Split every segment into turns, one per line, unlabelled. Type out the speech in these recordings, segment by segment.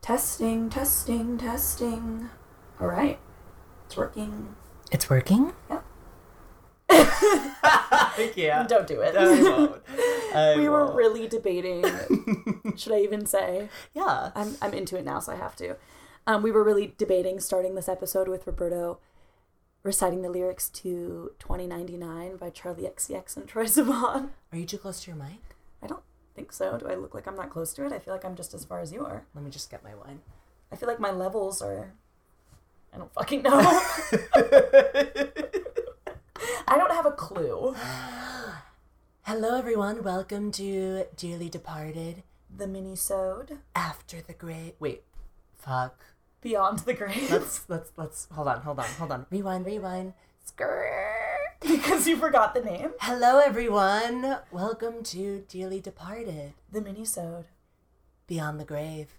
Testing, testing, testing. All right. It's working.
It's working.
yeah.
Don't do it.
I won't. I
we were
won't.
really debating. should I even say?
Yeah.
I'm, I'm into it now, so I have to. Um, we were really debating starting this episode with Roberto reciting the lyrics to 2099 by Charlie XCX and Troy Sivan.
Are you too close to your mic?
I don't think so. Do I look like I'm not close to it? I feel like I'm just as far as you are.
Let me just get my wine.
I feel like my levels are. I don't fucking know. I don't have a clue.
Hello, everyone. Welcome to Dearly Departed
The mini-sode,
After the Great. Wait, fuck.
Beyond the Grave.
Let's let's let's hold on, hold on, hold on. Rewind, rewind. Skrrr.
because you forgot the name.
Hello, everyone. Welcome to Dearly Departed
The mini-sode
Beyond the Grave.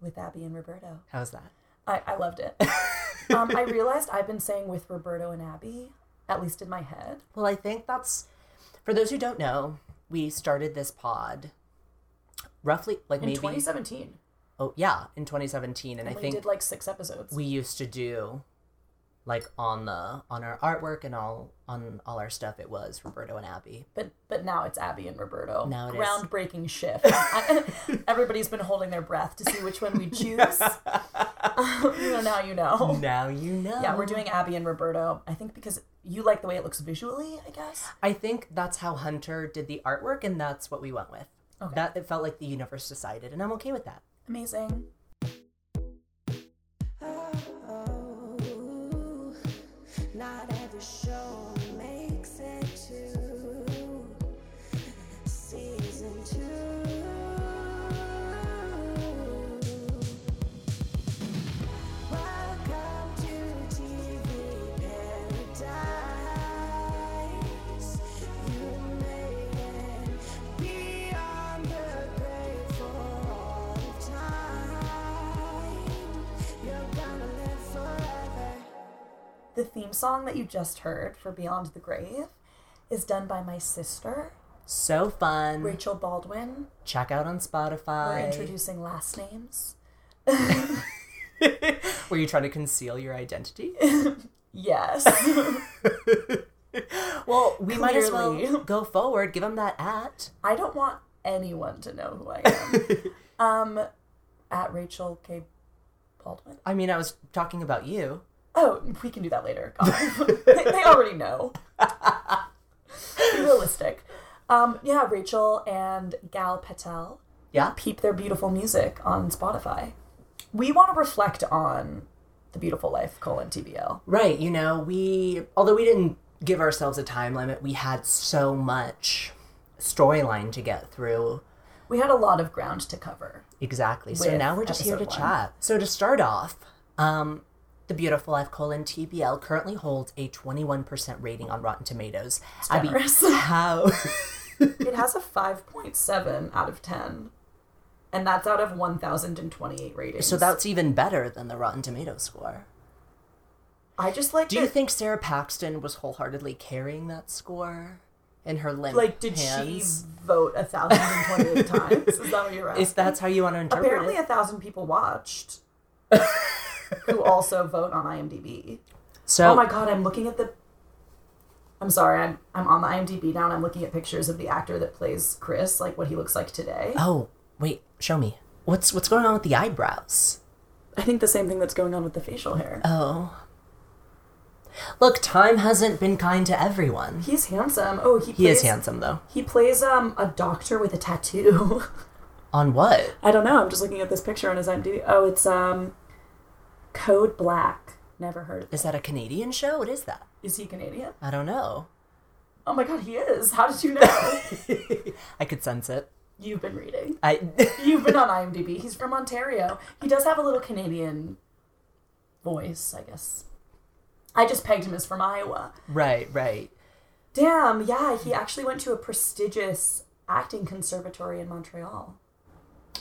with Abby and Roberto.
How's that?
I, I loved it. um, I realized I've been saying with Roberto and Abby, at least in my head.
Well, I think that's for those who don't know, we started this pod roughly like
In
maybe
2017,
oh yeah, in 2017 and I
we
think
did like six episodes.
we used to do like on the on our artwork and all on all our stuff it was Roberto and Abby.
but but now it's Abby and Roberto.
Now it is.
Groundbreaking shift. I- Everybody's been holding their breath to see which one we choose. so now you know.
Now you know.
Yeah, we're doing Abby and Roberto. I think because you like the way it looks visually, I guess.
I think that's how Hunter did the artwork, and that's what we went with. That it felt like the universe decided, and I'm okay with that.
Amazing.
Oh, not every show makes it to season two. Welcome to TV paradise. You made it beyond the grave for all time. You're gonna live forever.
The theme song that you just heard for Beyond the Grave is done by my sister,
So fun.
Rachel Baldwin.
Check out on
We're
Spotify.
introducing last names.
Were you trying to conceal your identity?
Yes.
well, we might as well
Clearly.
go forward. Give them that at.
I don't want anyone to know who I am. um, at Rachel K. Baldwin.
I mean, I was talking about you.
Oh, we can do that later. God. they, they already know. Be realistic. Um, yeah, Rachel and Gal Patel
Yeah.
peep their beautiful music on Spotify. We want to reflect on the beautiful life colon TBL.
Right. You know, we although we didn't give ourselves a time limit, we had so much storyline to get through.
We had a lot of ground to cover.
Exactly. So
with
now we're just here to
episode one.
chat. So to start off, um, the Beautiful Life colon TBL currently holds a 21% rating on Rotten Tomatoes. Abby,
generous.
how?
It has a 5.7 out of 10. And that's out of 1,028 ratings.
so that's even better than the Rotten Tomatoes score.
I just like.
Do you
that-
think Sarah Paxton was wholeheartedly carrying that score in her limp
Like, did
hands?
she vote 1,028 times? Is that what you're asking?
If that's how you want to interpret
Apparently,
it,
a thousand people watched who also vote on IMDb.
so
Oh my god, I'm looking at the. I'm sorry, I'm I'm on the IMDb now, and I'm looking at pictures of the actor that plays Chris, like what he looks like today.
oh wait, show me what's what's going on with the eyebrows.
I think the same thing that's going on with the facial hair.
Oh, look, time hasn't been kind to everyone.
He's handsome. Oh, he plays,
He is handsome though.
He plays um a doctor with a tattoo.
On what?
I don't know. I'm just looking at this picture on his IMDb. Oh, it's um, Code Black. Never heard. Of it.
Is that a Canadian show? What is that?
Is he Canadian?
I don't know.
Oh my god, he is. How did you know?
I could sense it.
You've been reading.
I
You've been on IMDb. He's from Ontario. He does have a little Canadian voice, I guess. I just pegged him as from Iowa.
right, right.
Damn, yeah, he actually went to a prestigious acting conservatory in Montreal.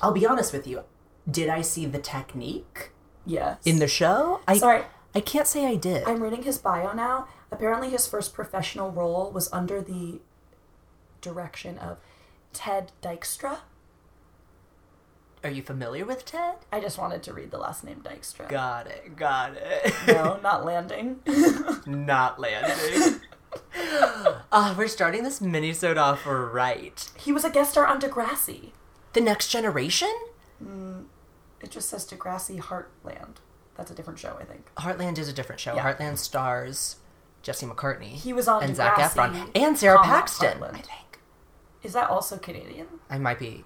I'll be honest with you. Did I see the technique
Yes.
in the show? I
Sorry.
I can't say I did.
I'm reading his bio now. Apparently, his first professional role was under the direction of Ted Dykstra.
Are you familiar with Ted?
I just wanted to read the last name Dykstra.
Got it. Got it.
No, not landing.
Not landing. Ah, we're starting this minisode off right.
he was a guest star on Degrassi.
The next generation?
It just says Degrassi Heartland. That's a different show, I think.
Heartland is a different show.
Yeah.
Heartland stars Jesse McCartney.
He was on
and Zach
Degrassi,
Efron and Sarah
comma,
Paxton.
Heartland.
I think
Is that also Canadian?
I might be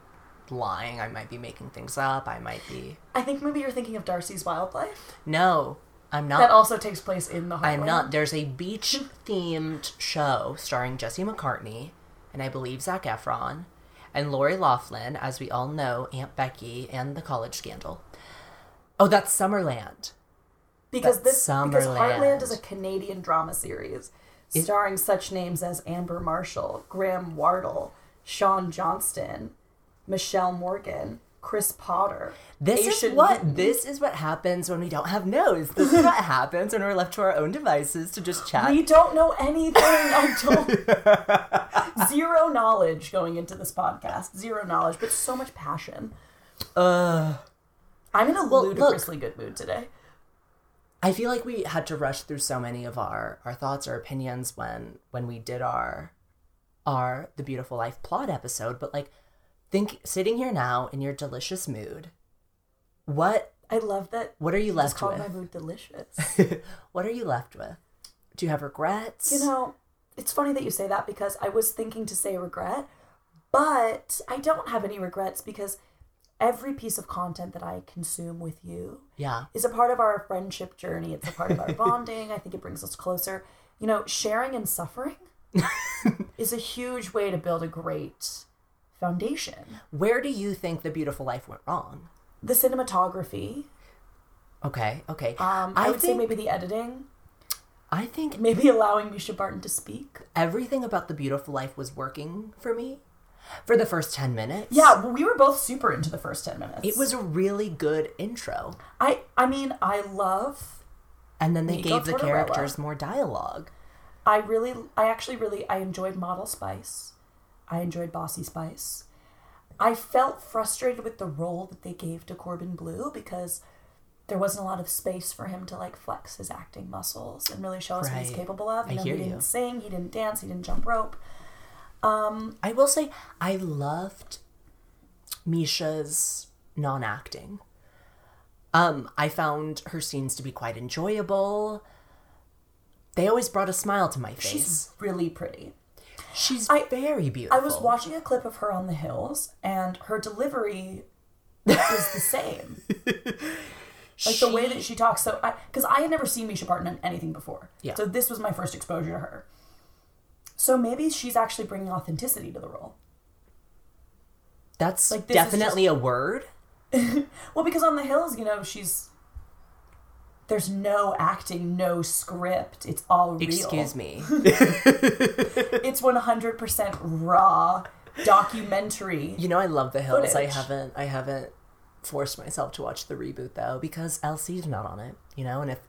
lying. I might be making things up. I might be
I think maybe you're thinking of Darcy's Wildlife.
no. I'm
That
not.
also takes place in the Heartland.
Oh. I'm not. There's a beach themed show starring Jesse McCartney and I believe Zach Efron and Lori Laughlin, as we all know, Aunt Becky and the college scandal. Oh, that's Summerland.
because this
That's
because
Summerland.
Heartland is a Canadian drama series starring such names as Amber Marshall, Graham Wardle, Sean Johnston, Michelle Morgan, Chris Potter.
This
Asian
is what
Newton.
this is what happens when we don't have notes. This is what happens when we're left to our own devices to just chat.
We don't know anything. I don't. Zero knowledge going into this podcast. Zero knowledge, but so much passion.
Ugh.
I'm in a
Uh, Well, look.
ludicrously good mood today.
I feel like we had to rush through so many of our our thoughts or opinions when when we did our our the beautiful life plot episode, but like think sitting here now in your delicious mood, what
I love that.
what are you
Let's
left
call my
with?
mood delicious.
what are you left with? Do you have regrets?
you know, it's funny that you say that because I was thinking to say regret, but I don't have any regrets because every piece of content that I consume with you
yeah,
is a part of our friendship journey. It's a part of our bonding. I think it brings us closer. You know, sharing and suffering is a huge way to build a great foundation.
where do you think the beautiful life went wrong?
The cinematography,
Okay, okay.
um, I, would say maybe the editing,
I think
maybe allowing Misha Barton to speak.
everything about the beautiful life was working for me for the first 10 minutes.
Yeah, we were both super into the first 10 minutes.
It was a really good intro.
I I mean, I love
And then they
Nico
gave the
Tortorella.
characters more dialogue.
I really I actually really I enjoyed Model Spice. I enjoyed Bossy Spice. I felt frustrated with the role that they gave to Corbin Blue because there wasn't a lot of space for him to like flex his acting muscles and really show us what he's
Right.
capable of.
I
know,
hear
he
you.
didn't sing, he didn't dance, he didn't jump rope.
I will say, I loved Misha's non acting. Um, I found her scenes to be quite enjoyable. They always brought a smile to my face. She's,
She's really pretty. I-
very beautiful.
I was watching a clip of her on the hills and her delivery is the same. Like the way that she talks. So, because I, had never seen Misha Barton in anything before.
Yeah.
So this was my first exposure to her. So maybe she's actually bringing authenticity to the role.
That's
Like, this is
definitely a word.
Well, because on the hills, you know, she's there's no acting, no script. It's all real.
Excuse me.
It's 100% raw documentary.
You know, I love The Hills. I
footage.
haven't, I haven't forced myself to watch the reboot though because Elsie's not on it. You know, and if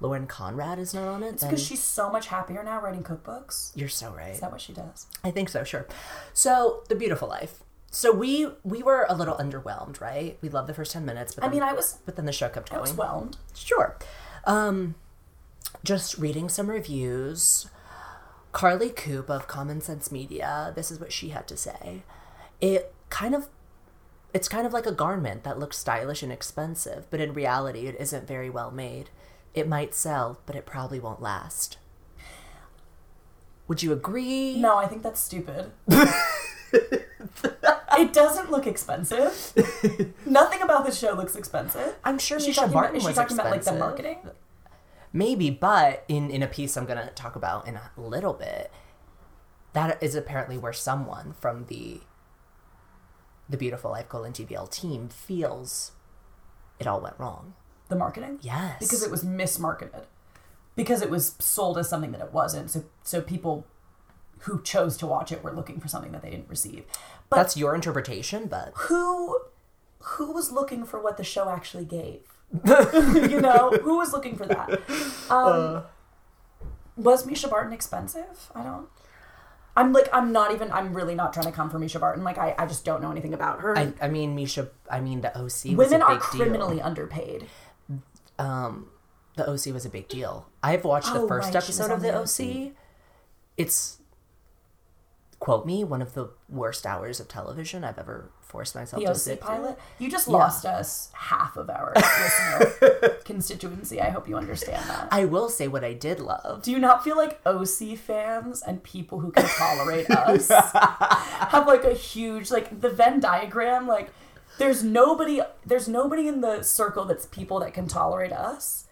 Lauren Conrad is not on it, then
Because she's so much happier now writing cookbooks.
you're so right.
Is that what she does?
I think so. Sure. So, The Beautiful Life. So we we were a little underwhelmed, right? We loved the first ten minutes, but
I
then,
mean, I was
but then the show kept going.
overwhelmed.
Sure. Um, just reading some reviews. Carly Coop of Common Sense Media, this is what she had to say. It kind of it's kind of like a garment that looks stylish and expensive, but in reality it isn't very well made. It might sell, but it probably won't last. Would you agree?
No, I think that's stupid. it doesn't look expensive. Nothing about this show looks expensive.
I'm sure
Is she
Misha
talking, about,
Barton
is she
was
talking about like
expensive.
the marketing?
Maybe, but in in a piece I'm going to talk about in a little bit, that is apparently where someone from the the beautiful Life Colon TBL team feels it all went wrong.
The marketing?
Yes,
Because it was mismarketed. Because it was sold as something that it wasn't. So so people who chose to watch it were looking for something that they didn't receive. But
that's your interpretation, but
who who was looking for what the show actually gave? you know, who was looking for that? Um, was Misha Barton expensive? I don't I'm like, I'm not even, I'm really not trying to come for Misha Barton. Like, I, I just don't know anything about her.
I, I mean, Misha. I mean, the OC. Was
Women
a big
are criminally underpaid.
Deal. Um, the OC was a big deal. I've watched the
Oh,
first
right, she was
episode of
on
the
the
OC. It's quote me one of the worst hours of television I've ever forced myself
The
to sit
OC
through.
pilot. You just lost us half of our listener constituency. I hope you understand that.
I will say what I did love.
Do you not feel like OC fans and people who can tolerate us have like a huge like the Venn diagram? Like, there's nobody. There's nobody in the circle that's people that can tolerate us.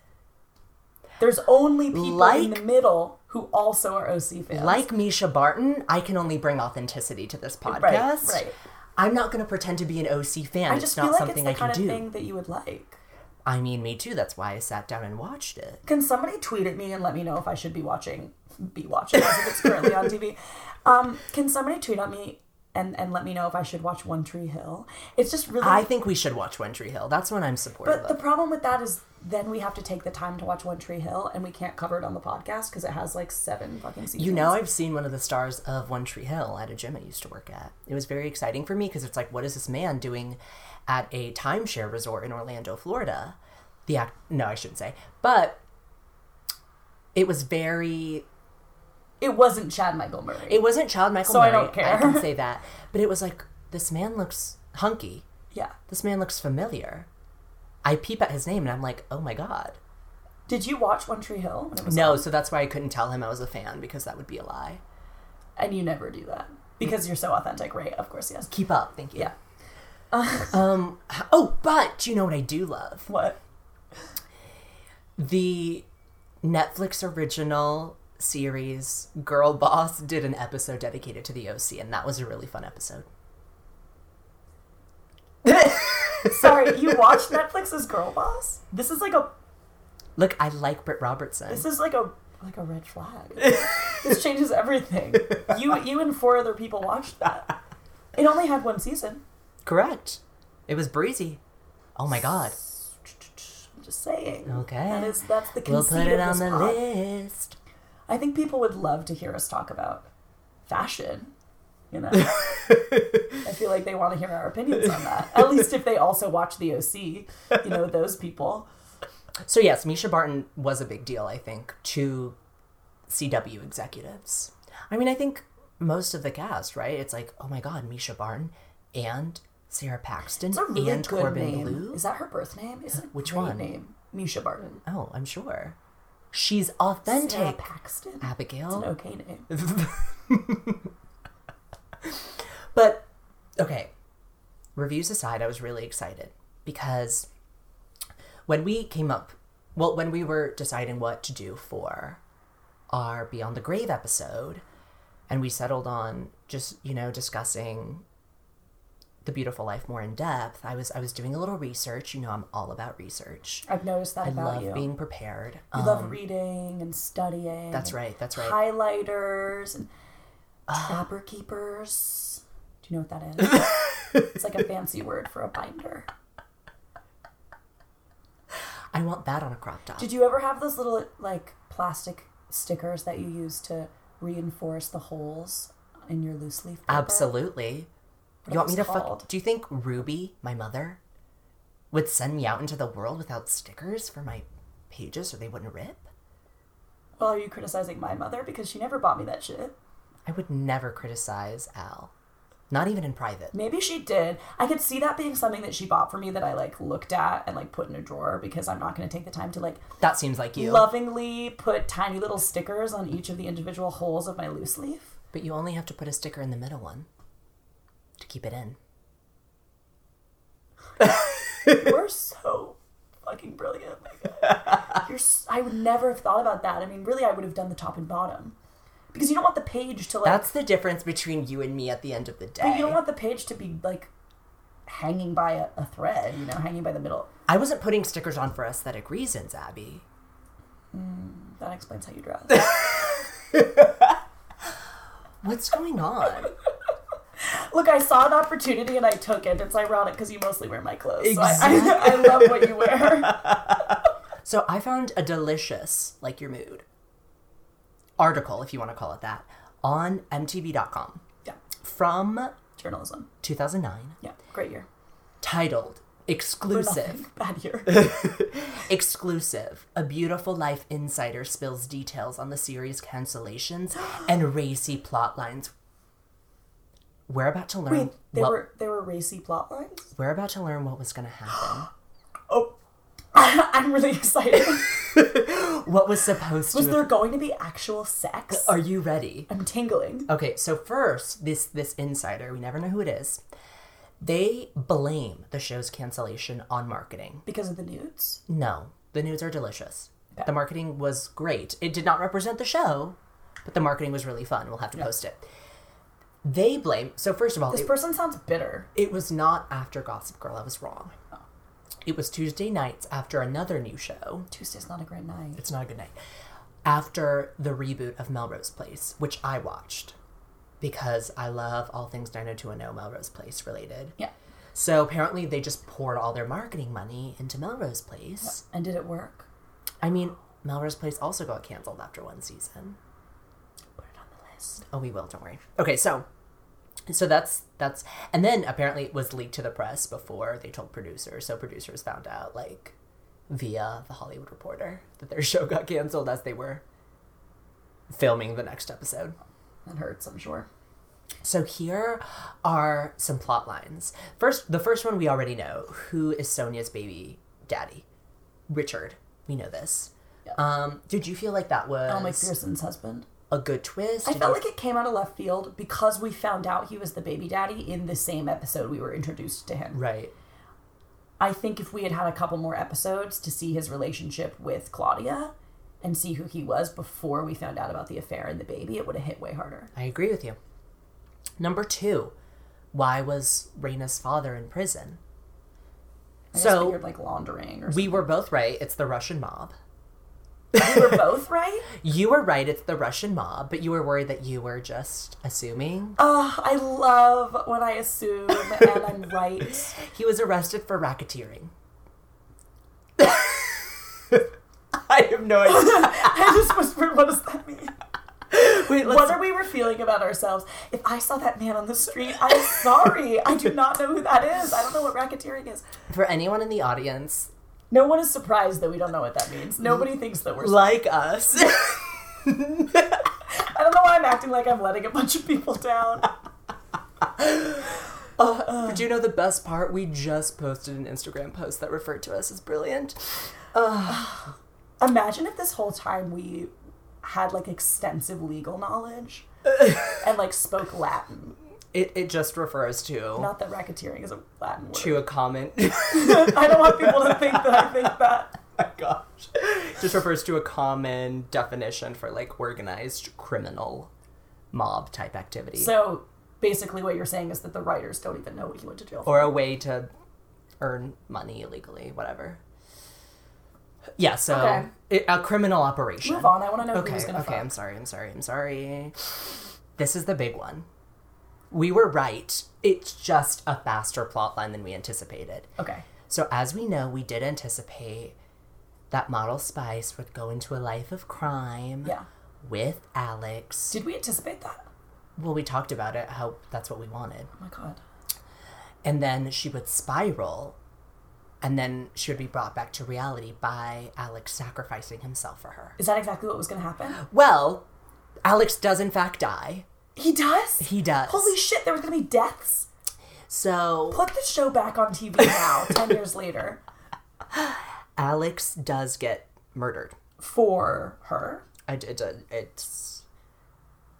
There's only people in the
Like-
middle who also are OC fans.
Like Misha Barton, I can only bring authenticity to this podcast.
right.
I'm not going to pretend to be an OC fan.
I
it's
just
not
feel like it's
something
the
I
kind
can
of
do.
thing that you would like.
I mean, me too. That's why I sat down and watched it.
Can somebody tweet at me and let me know if I should be watching, be watching as if it's currently on TV? Um, can somebody tweet at me and, and let me know if I should watch One Tree Hill? It's just really.
I think we should watch One Tree Hill. That's what I'm supportive
but the
of.
problem with that is then we have to take the time to watch One Tree Hill and we can't cover it on the podcast because it has like seven fucking seasons.
You know, I've seen one of the stars of One Tree Hill at a gym I used to work at. It was very exciting for me because it's like, what is this man doing at a timeshare resort in Orlando, Florida? The act, no, I shouldn't say, but it was very
it wasn't Chad Michael Murray.
It wasn't child Michael
So
Murray.
I don't care.
can say that. But it was like this man looks hunky.
yeah.
This man looks familiar. I peep at his name and I'm like, oh my god.
Did you watch One Tree Hill? When it was
No, so that's why I couldn't tell him I was a fan because that would be a lie.
And you never do that because you're so authentic, right? Of course, yes.
Keep up, thank you.
Yeah.
Um. Oh, but you know what I do love
What?
the Netflix original series Girl Boss did an episode dedicated to the OC, and that was a really fun episode.
Sorry, you watched Netflix's Girl Boss? This is like a
Look, I like Britt Robertson.
This is like a like a red flag. this changes everything. You you and four other people watched that. It only had one season.
Correct. It was breezy. Oh my god.
I'm just saying.
Okay.
That is that's the conceit
We'll put it
of this
on the
pod.
list.
I think people would love to hear us talk about fashion. You know, I feel like they want to hear our opinions on that. At least if they also watch The OC, you know, those people.
So yes, Misha Barton was a big deal, I think, to CW executives. I mean, I think most of the cast, right? It's like, oh my god, Misha Barton and Sarah Paxton
It's a really
and
good
Corbin
name.
Blue.
Is that her birth name? Is it a
Which
great
one?
Name Misha Barton.
oh, I'm sure. She's
Sarah
authentic.
Paxton.
Abigail.
An okay name.
But okay, reviews aside, I was really excited because when we came up, well, when we were deciding what to do for our Beyond the Grave episode, and we settled on just, you know, discussing the beautiful life more in depth, I was I was doing a little research. You know, I'm all about research.
I've noticed that
I
about
love
you.
being prepared.
you
Um,
love reading and studying.
that's
and
right, that's right.
Highlighters and trapper keepers. Do you know what that is? it's like a fancy word for a binder.
I want that on a crop top.
Did you ever have those little like plastic stickers that you use to reinforce the holes in your loose leaf? paper?
Absolutely.
it
You want me to
was
fuck?
called.
Do you think Ruby, my mother, would send me out into the world without stickers for my pages so they wouldn't rip?
Well, are you criticizing my mother because she never bought me that shit?
I would never criticize Al, not even in private.
Maybe she did. I could see that being something that she bought for me that I like looked at and like put in a drawer because I'm not going to take the time to like
That seems like you.
lovingly put tiny little stickers on each of the individual holes of my loose leaf.
But you only have to put a sticker in the middle one to keep it in.
You're so fucking brilliant. My God. You're s- I would never have thought about that. I mean, really, I would have done the top and bottom because you don't want the page to like.
That's the difference between you and me at the end of the day.
but you don't want the page to be like hanging by a, a thread. You know, hanging by the middle.
I wasn't putting stickers on for aesthetic reasons, Abby.
That explains how you dress.
What's going on?
Look, I saw an opportunity and I took it. It's ironic because you mostly wear my clothes. So I, I, I love what you wear.
So I found a delicious, like your mood, article, if you want to call it that, on MTV.com
Yeah.
from
Journalism.
2009
Yeah. Great year.
titled
We're
Exclusive.
nothing. Bad year.
Exclusive. A Beautiful Life insider spills details on the series cancellations and racy plot lines. We're about to learn
Wait, there
what
were there were racy plot lines.
we're about to learn what was going to happen.
Oh, I'm really excited.
what was supposed
Was
to Uh,
there going to be actual sex?
Are you ready?
I'm tingling.
Okay, so first, this this insider, we never know who it is. They blame the show's cancellation on marketing.
Because of the nudes?
No, the nudes are delicious. The marketing was great. It did not represent the show, but the marketing was really fun. We'll have to post it. They blame. So first of all,
This
it,
person sounds bitter.
it was not after Gossip Girl. I was wrong. It was Tuesday nights after another new show.
Tuesday's not a great night.
It's not a good night. After the reboot of Melrose Place, which I watched because I love all things 90210 Melrose Place related.
Yeah.
So apparently they just poured all their marketing money into Melrose Place.
And did it work?
I mean, Melrose Place also got canceled after one season.
Put it on the list.
Oh, we will. Don't worry. Okay, so, so that's that's, and then apparently it was leaked to the press before they told producers. So producers found out like via the Hollywood Reporter that their show got canceled as they were filming the next episode.
That hurts, I'm sure.
So here are some plot lines. First, the first one we already know: who is Sonia's baby daddy? Richard. We know this.
Yeah.
Um, did you feel like that
Al
was
McPherson's husband.
a good twist?
I
Did
felt
you-
like it came out of left field because we found out he was the baby daddy in the same episode we were introduced to him.
right.
I think if we had had a couple more episodes to see his relationship with Claudia and see who he was before we found out about the affair and the baby, it would have hit way harder.
I agree with you. Number two, why was Raina's father in prison?
I just
So-
figured like laundering or something.
We were both right. It's the Russian mob.
We were both right.
You were right. It's the Russian mob, but you were worried that you were just assuming.
Oh, I love when I assume and I'm right.
He was arrested for racketeering. I have no idea.
I just whispered, what does that mean?
Wait, let's,
Whether we were feeling about ourselves. If I saw that man on the street, I'm sorry. I do not know who that is. I don't know what racketeering is.
for anyone in the audience,
No one is surprised that we don't know what that means. Nobody thinks that we're.
like us,
I don't know why I'm acting like I'm letting a bunch of people down.
do you know the best part? We just posted an Instagram post that referred to us as brilliant.
Imagine if this whole time we had like extensive legal knowledge and like spoke Latin.
It, it just refers to
Not that racketeering is a Latin word.
to a comment.
I don't want people to think that I think that.
my gosh. Just refers to a common definition for like organized criminal mob type activity.
So basically, what you're saying is that the writers don't even know what he went to jail for.
or a way to earn money illegally, whatever. Yeah, so
Okay.
it, a criminal operation.
Move on. I want to know who
Okay,
was going to
okay, I'm
fuck.
sorry, I'm sorry, I'm sorry. This is the big one. We were right. It's just a faster plot line than we anticipated.
Okay.
So, as we know, we did anticipate that Model Spice would go into a life of crime
Yeah.
with Alex.
Did we anticipate that?
Well, we talked about it, how that's what we wanted.
Oh my god.
And then she would spiral, and then she would be brought back to reality by Alex sacrificing himself for her.
Is that exactly what was going to happen?
Well, Alex does, in fact, die.
He does?
He does.
Holy shit, there was going to be deaths?
So,
Put the show back on TV now, 10 years later.
Alex does get murdered.
For her.
I did. It's.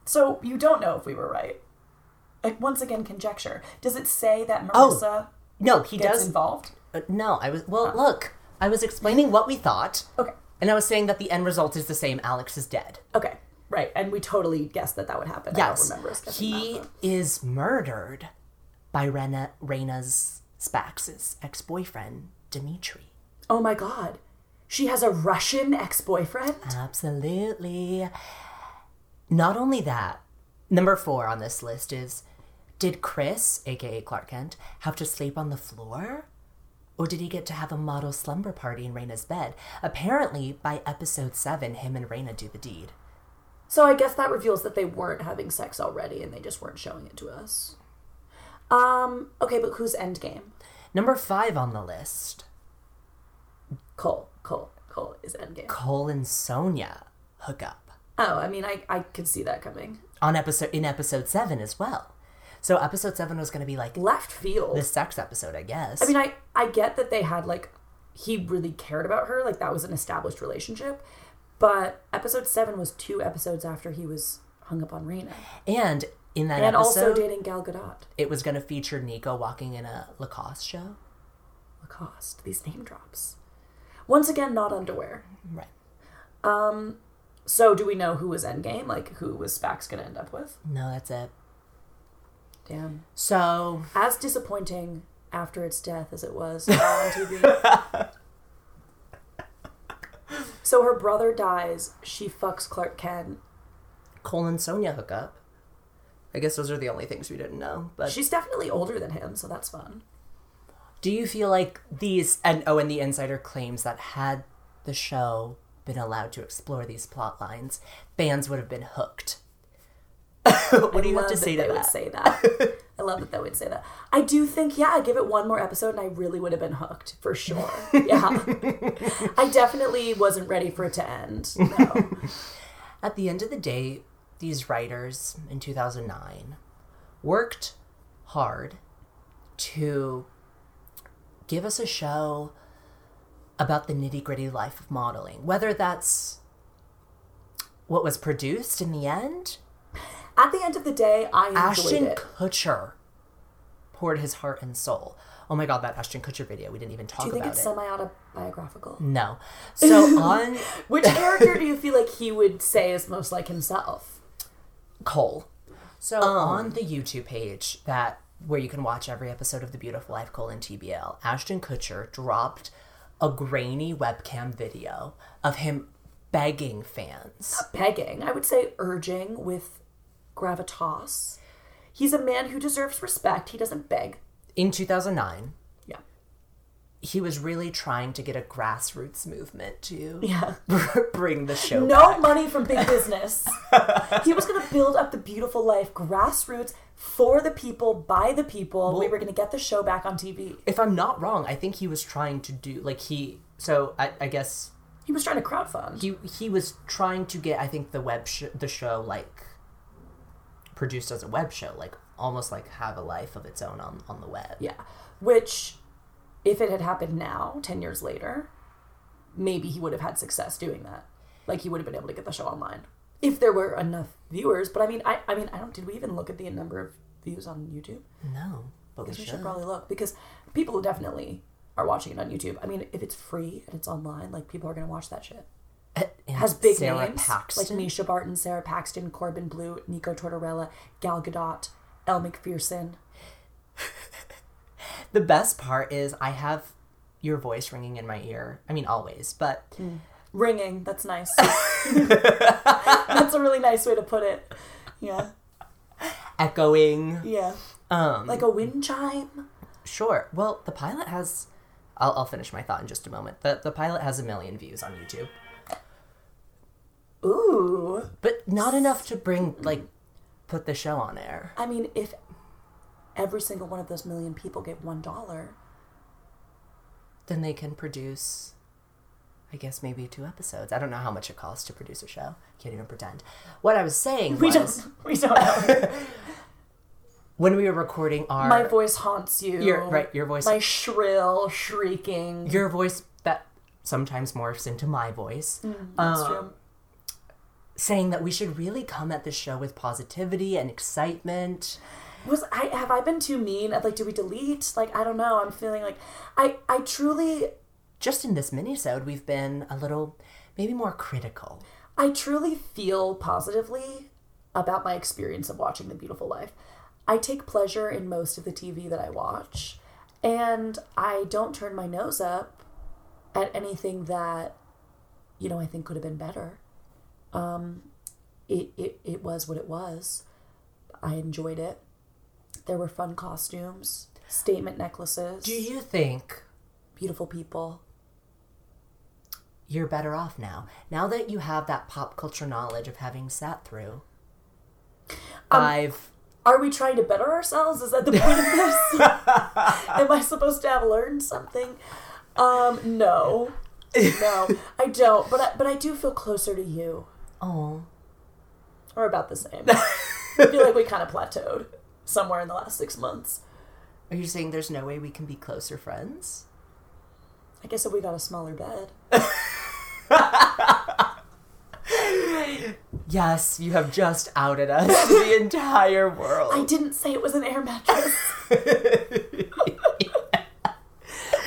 So you don't know if we were right. Like, once again, conjecture. Does it say that Marissa
No, he
gets
Oh, does.
involved?
Uh, No, I was. Well, look, I was explaining what we thought,
Okay.
and I was saying that the end result is the same. Alex is dead.
Okay. Right. And we totally guessed that that would happen. I
Yes,
don't remember us guessing
he
that, but-
is murdered by Rena, Rena's Spax's ex-boyfriend Dimitri.
Oh my god. She has a Russian ex boyfriend?
Absolutely. Not only that, number four on this list is: Did Chris, aka Clark Kent, have to sleep on the floor? Or did he get to have a model slumber party in Rena's bed? Apparently, by episode seven, him and Rena do the deed.
So I guess that reveals that they weren't having sex already and they just weren't showing it to us. Um, okay, but who's Endgame?
Number five on the list
Cole. Cole. Cole is Endgame.
Cole and Sonia hook up
Oh, I mean, I, I could see that coming.
on episode in episode seven as well. So episode seven was going to be like
Left field.
the sex episode, I guess.
I mean, I, I get that they had, like, he really cared about her. Like, that was an established relationship. But episode seven was two episodes after he was hung up on Raina.
and in that
And also
episode,
dating Gal Gadot.
it was going to feature Nico walking in a Lacoste show.
Lacoste. These name drops. Once again, not underwear.
Right.
So do we know who was Endgame? Like, who was Spax going to end up with?
No, that's it.
Damn.
So
As disappointing after its death as it was on TV. so her brother dies. She fucks Clark Kent.
Cole and Sonia hook up. I guess those are the only things we didn't know. But
She's definitely older than him, so that's fun.
do you feel like these and oh, and the insider claims that had the show been allowed to explore these plot lines, fans would have been hooked. what do you have
Love
to
that
say
they
to
would
that?
say that. I love that they would say that. I do think, yeah, I give it one more episode and I really would have been hooked for sure. Yeah. I definitely wasn't ready for it to end. No.
At the end of the day, these writers in 2009 worked hard to give us a show about the nitty gritty life of modeling, whether that's what was produced in the end.
At the end of the day, I enjoyed
Ashton
it.
Kutcher poured his heart and soul. Oh my God, that Ashton Kutcher video, we didn't even talk
Do you think
about
it's
it.
semi autobiographical?
no. So on
Which character do you feel like he would say is most like himself?
Cole. So on the YouTube page that where you can watch every episode of The Beautiful Life Cole and TBL, Ashton Kutcher dropped a grainy webcam video of him begging fans.
Begging. I would say urging with gravitas. He's a man who deserves respect. He doesn't beg.
In 2009,
Yeah.
he was really trying to get a grassroots movement to
Yeah.
bring the show
No money from big business. he was going to build up the beautiful life, grassroots, for the people, by the people. we were going to get the show back on TV.
if I'm not wrong, I think he was trying to do like he. So I, I guess
He was trying to crowdfund.
he he was trying to get I think the web sh- the show like produced as a web show, like almost like have a life of its own on on the web.
yeah. Which, if it had happened now, 10 years later, maybe he would have had success doing that. Like, he would have been able to get the show online if there were enough viewers. But I mean, I, I mean, I don't, did we even look at the number of views on YouTube?
No, but we
guess we
should.
should probably look because people definitely are watching it on YouTube. I mean, if it's free and it's online, like people are gonna watch that shit.
And
Has big
Sarah
names
Paxton.
like Misha Barton, Sarah Paxton, Corbin Blue, Nico Tortorella, Gal Gadot, Elle McPherson.
The best part is I have your voice ringing in my ear. I mean always, but
Mm. Ringing. That's nice. that's a really nice way to put it. Yeah,
echoing.
yeah.
Um,
Like a wind chime.
sure. Well, the pilot has. I'll, I'll finish my thought in just a moment. The the pilot has a million views on YouTube,
Ooh.
but not enough to bring like put the show on air.
I mean, if every single one of those million people gave one dollar,
then they can produce i guess maybe two episodes i don't know how much it costs to produce a show can't even pretend what i was saying
we
was
don't. We don't. Know.
when we were recording our
My voice haunts you.
Your- right, your voice-
My shrill shrieking.
your voice that sometimes morphs into my voice
Mm. That's true.
saying that we should really come at the show with positivity and excitement
Was I have I been too mean? I'd like, do we delete? Like, I don't know. I'm feeling like I I truly
just in this minisode we've been a little maybe more critical
I truly feel positively about my experience of watching The Beautiful Life. I take pleasure in most of the TV that I watch, and I don't turn my nose up at anything that, you know, I think could have been better. Um, it, it, it was what it was. I enjoyed it. There were fun costumes, statement necklaces,
do you think
beautiful people.
you're better off now. Now that you have that pop culture knowledge of having sat through
Um,
five.
Are we trying to better ourselves? Is that the point of this? Am I supposed to have learned something? Um, no, no, I don't. But I, but I do feel closer to you,
Oh,
or about the same. I feel like we kind of plateaued somewhere in the last six months.
are you saying there's no way we can be closer friends?
I guess if we got a smaller bed.
Yes, you have just outed us to the entire world.
I didn't say it was an air mattress.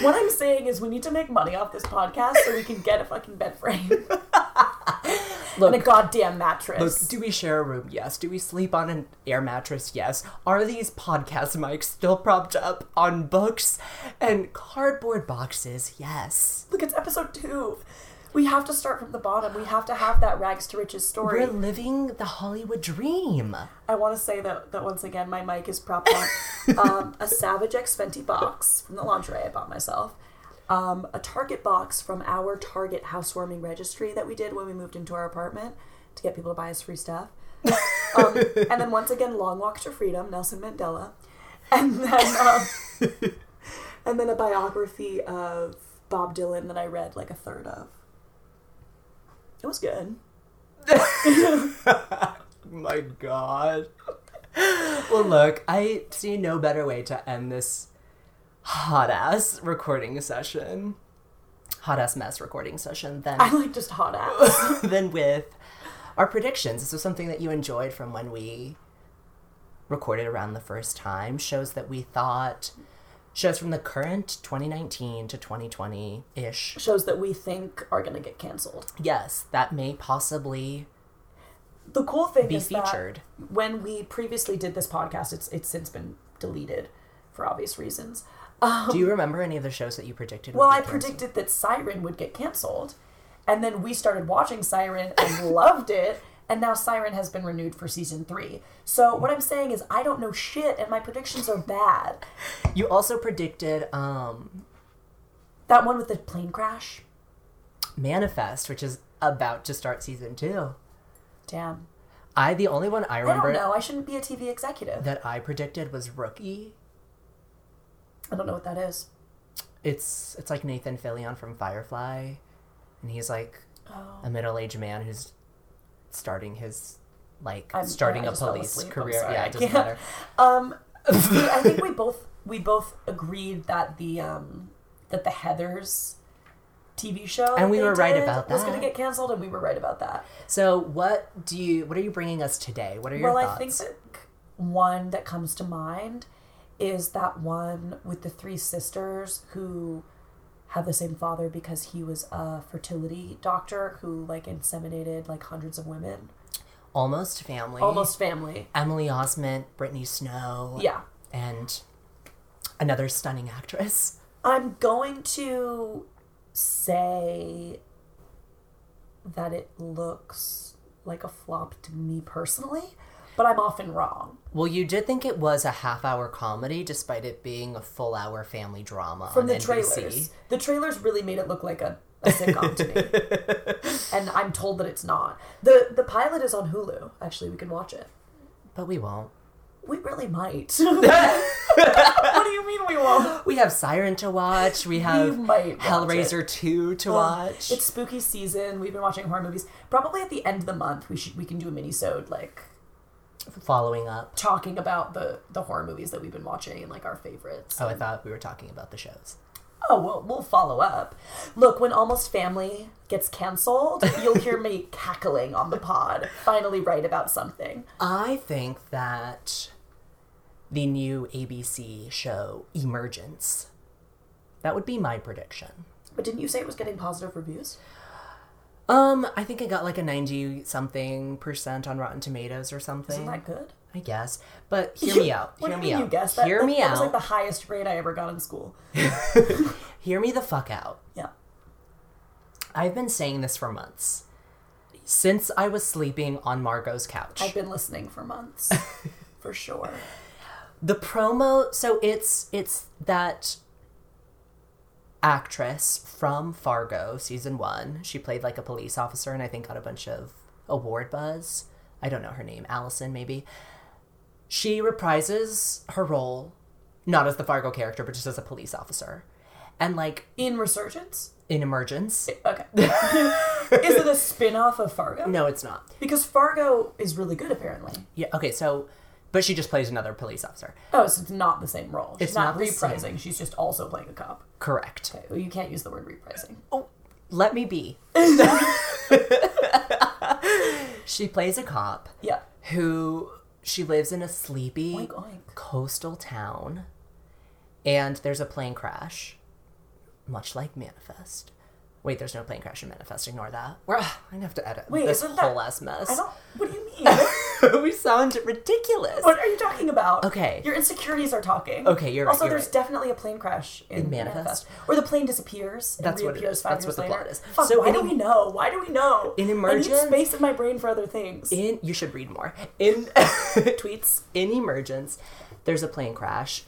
what I'm saying is we need to make money off this podcast so we can get a fucking bed frame and a
Look,
goddamn
look,
mattress.
Oh, do we share a room? Yes. Do we sleep on an air mattress? Yes. Are these podcast mics still propped up on books and cardboard boxes? Yes.
Look, it's episode two. We have to start from the bottom. We have to have that rags to riches story.
We're living the Hollywood dream.
I want to say that, that once again, my mic is propped on um, a Savage X Fenty box from the lingerie I bought myself, um, a Target box from our Target housewarming registry that we did when we moved into our apartment to get people to buy us free stuff. Um, and then once again, Long Walk to Freedom, Nelson Mandela. And then, um, and then a biography of Bob Dylan that I read like a third of. It was good.
My God. Well, look, I see no better way to end this hot ass recording session, hot ass mess recording session than
I like just hot ass.
than with our predictions. This was something that you enjoyed from when we recorded around the first time. Shows that we thought shows from the current 2019 to 2020 ish.
Shows that we think are going to get canceled.
Yes, that may possibly
the cool thing
be
is
featured.
that when we previously did this podcast, it's it's since been deleted for obvious reasons.
Do you remember any of the shows that you predicted? would
Um, Well,
be
I
canceled?
predicted that Siren would get canceled, and then we started watching Siren and loved it, and now Siren has been renewed for season three. So what I'm saying is I don't know shit, and my predictions are bad.
You also predicted um,
That one with the plane crash,
Manifest, which is about to start season two.
damn.
I the only one I
I
remember
don't know. I shouldn't be a TV executive.
that I predicted was Rookie.
I don't know what that is.
It's it's like Nathan Fillion from Firefly, and he's like
Oh,
a middle aged man who's starting his like
I'm-
starting
I
a
just fell
police
asleep. I'm
career.
sorry.
Yeah,
I
it doesn't
can't-
matter.
Um, I think we both we both agreed that the um that the Heather's TV show
And we
they
were right
did
about
was
that.
going to get canceled, and we were right about that.
So what do you what are you bringing us today? What are your
well,
thoughts?
I think that one that comes to mind is that one with the three sisters who have the same father because he was a fertility doctor who like inseminated like hundreds of women,
Almost Family,
almost family.
Emily Osment, Brittany Snow,
Yeah.
and another stunning actress.
I'm going to say that it looks like a flop to me personally, but I'm often wrong.
Well, you did think it was a half hour comedy, despite it being a full hour family drama
From
on
the
NBC.
trailers, the trailers really made it look like a, a sitcom to me, and I'm told that it's not. the The pilot is on Hulu. Actually, we can watch it.
But we won't.
We really might. what do you mean we won't?
We have Siren to watch. We have
might watch
Hellraiser 2 to watch.
It's spooky season. We've been watching horror movies. Probably at the end of the month, we should we can do a mini-sode like
following up.
talking about the the horror movies that we've been watching and like our favorites.
Oh, I thought we were talking about the shows.
Oh, well, we'll follow up. Look, when Almost Family gets canceled, you'll hear me cackling on the pod. Finally, right about something.
I think that the new ABC show Emergence. That would be my prediction.
But didn't you say it was getting positive reviews?
Um, I think it got like a 90 something percent on Rotten Tomatoes or something.
Isn't that good?
I guess. But hear me out.
What
hear
do
me
you mean
out.
you guessed that?
Hear
that,
me
that
out.
was like the highest grade I ever got in school.
Hear me the fuck out.
Yeah.
I've been saying this for months. Since I was sleeping on Margot's couch.
I've been listening for months. For sure.
the promo so it's it's that actress from Fargo season one. She played like a police officer and I think got a bunch of award buzz. I don't know her name, Allison maybe. She reprises her role, not as the Fargo character, but just as a police officer. And like
In Resurgence?
in Emergence,
Okay. Is it a spin off of Fargo?
no, it's not.
Because Fargo is really good, apparently.
Yeah, okay, so, but she just plays another police officer.
Oh, so it's not the same role. She's
It's
not,
not the same.
reprising. She's just also playing a cop.
Correct.
Okay, well, you can't use the word reprising.
Oh, let me be. she plays a cop
Yeah.
who she lives in a sleepy
Oink, oink.
coastal town, and there's a plane crash, much like Manifest. Wait, there's no plane crash in Manifest. Ignore that. We're, ugh, I'm gonna have to edit
Wait,
this
isn't that-
whole ass
I
mess.
don't. What do you mean?
we sound ridiculous.
what are you talking about?
Okay.
Your insecurities are talking.
Okay, you're right,
Also,
you're
there's
right.
definitely a plane crash in,
In
Manifest.
Manifest.
Where the plane disappears. And
That's what it
reappears
is.
Five
That's
years
what the
later.
plot is.
Fuck,
So
why
in-
do we know? Why do we know?
In
I need
Emergence-
space in my brain for other things.
in you should read more in tweets in emergence there's a plane crash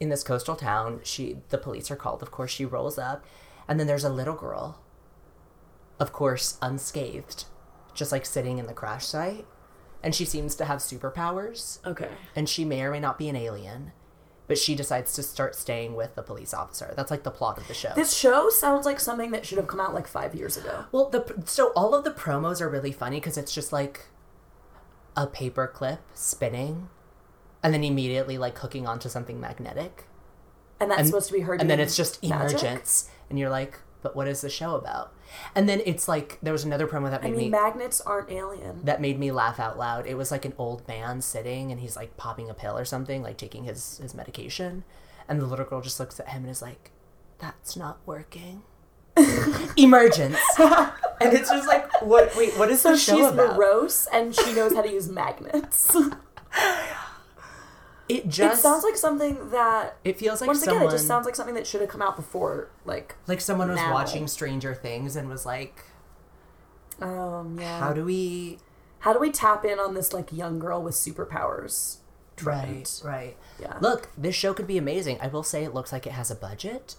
in this coastal town she the police are called of course she rolls up and then there's a little girl of course unscathed just like sitting in the crash site and she seems to have superpowers
okay.
and she may or may not be an alien but she decides to start staying with the police officer that's like the plot of the show
This show sounds like something that should have come out like five years ago.
Well, the pr- so all of the promos are really funny because it's just like a paper clip spinning, and then immediately like hooking onto something magnetic,
And that's
and
supposed to be her.
and then
doing
it's just
magic?
emergence, and you're like, but what is the show about? And then it's like there was another promo that
I
made
mean,
me
magnets aren't alien.
that made me laugh out loud. It was like an old man sitting and he's like popping a pill or something, like taking his his medication, and the little girl just looks at him and is like, "That's not working." Emergence, and it's just like, what? Wait, what is
So
the show
she's
about?
morose and she knows how to use magnets.
it
it
just
sounds like something that
it feels like
once
someone
again it just sounds like something that should have come out before like
like someone was
now.
watching Stranger Things and was like,
um yeah
"How do we?"
how do we tap in on this like young girl with superpowers Right.
Right, right.
yeah
Look, this show could be amazing. I will say, it looks like it has a budget.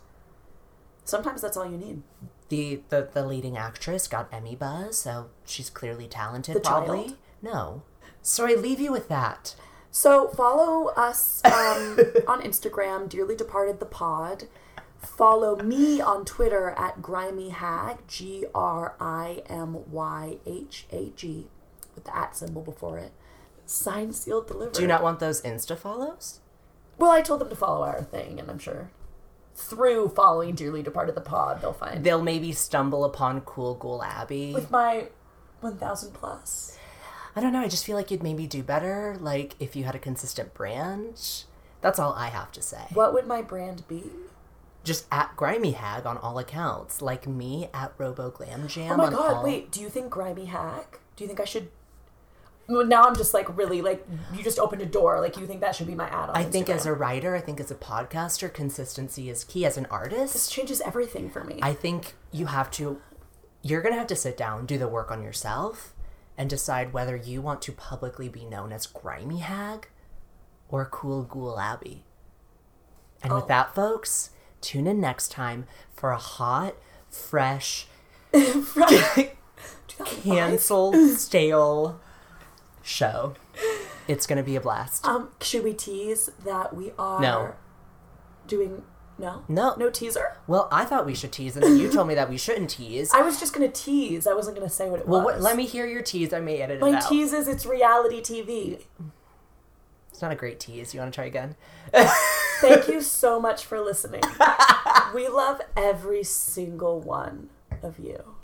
sometimes that's all you need
the, the the leading actress got Emmy buzz, so she's clearly talented.
The
probably
child?
no. So I leave you with that.
so follow us um, on instagram dearly departed the pod follow me on twitter at grimy hag g-r-i-m-y-h-a-g with the at symbol before it signed sealed delivered
Do you not want those Insta follows?
well i told them to follow our thing and i'm sure through following dearly departed the pod they'll find
They'll maybe stumble upon Cool Ghoul Abbey.
with my 1000 plus
I don't know. I just feel like you'd maybe do better, like if you had a consistent brand. That's all I have to say.
what would my brand be
Just at Grimy Hag on all accounts, like me at Robo Glam Jam.
oh my
on
god
all-
wait do you think grimy hack do you think i should well, now i'm just like really like you just opened a door like you think that should be my ad on
I think as
Instagram?
a writer, I think as a podcaster, consistency is key. As an artist,
this changes everything for me
I think you have to, you're going to have to sit down, do the work on yourself, and decide whether you want to publicly be known as Grimy Hag or Cool Ghoul Abbey. And
Oh.
with that, folks, tune in next time for a hot, fresh, canceled, stale show. It's going to be a blast.
um should we tease that we are
No.
doing no
No.
no teaser
Well, I thought we should tease, and then you told me that we shouldn't tease.
i was just gonna tease i wasn't gonna say what it
Well,
was
what, let me hear your tease. I may edit it
my
out.
tease is it's reality tv
It's not a great tease. You want to try again?
Thank you so much for listening. we love every single one of you.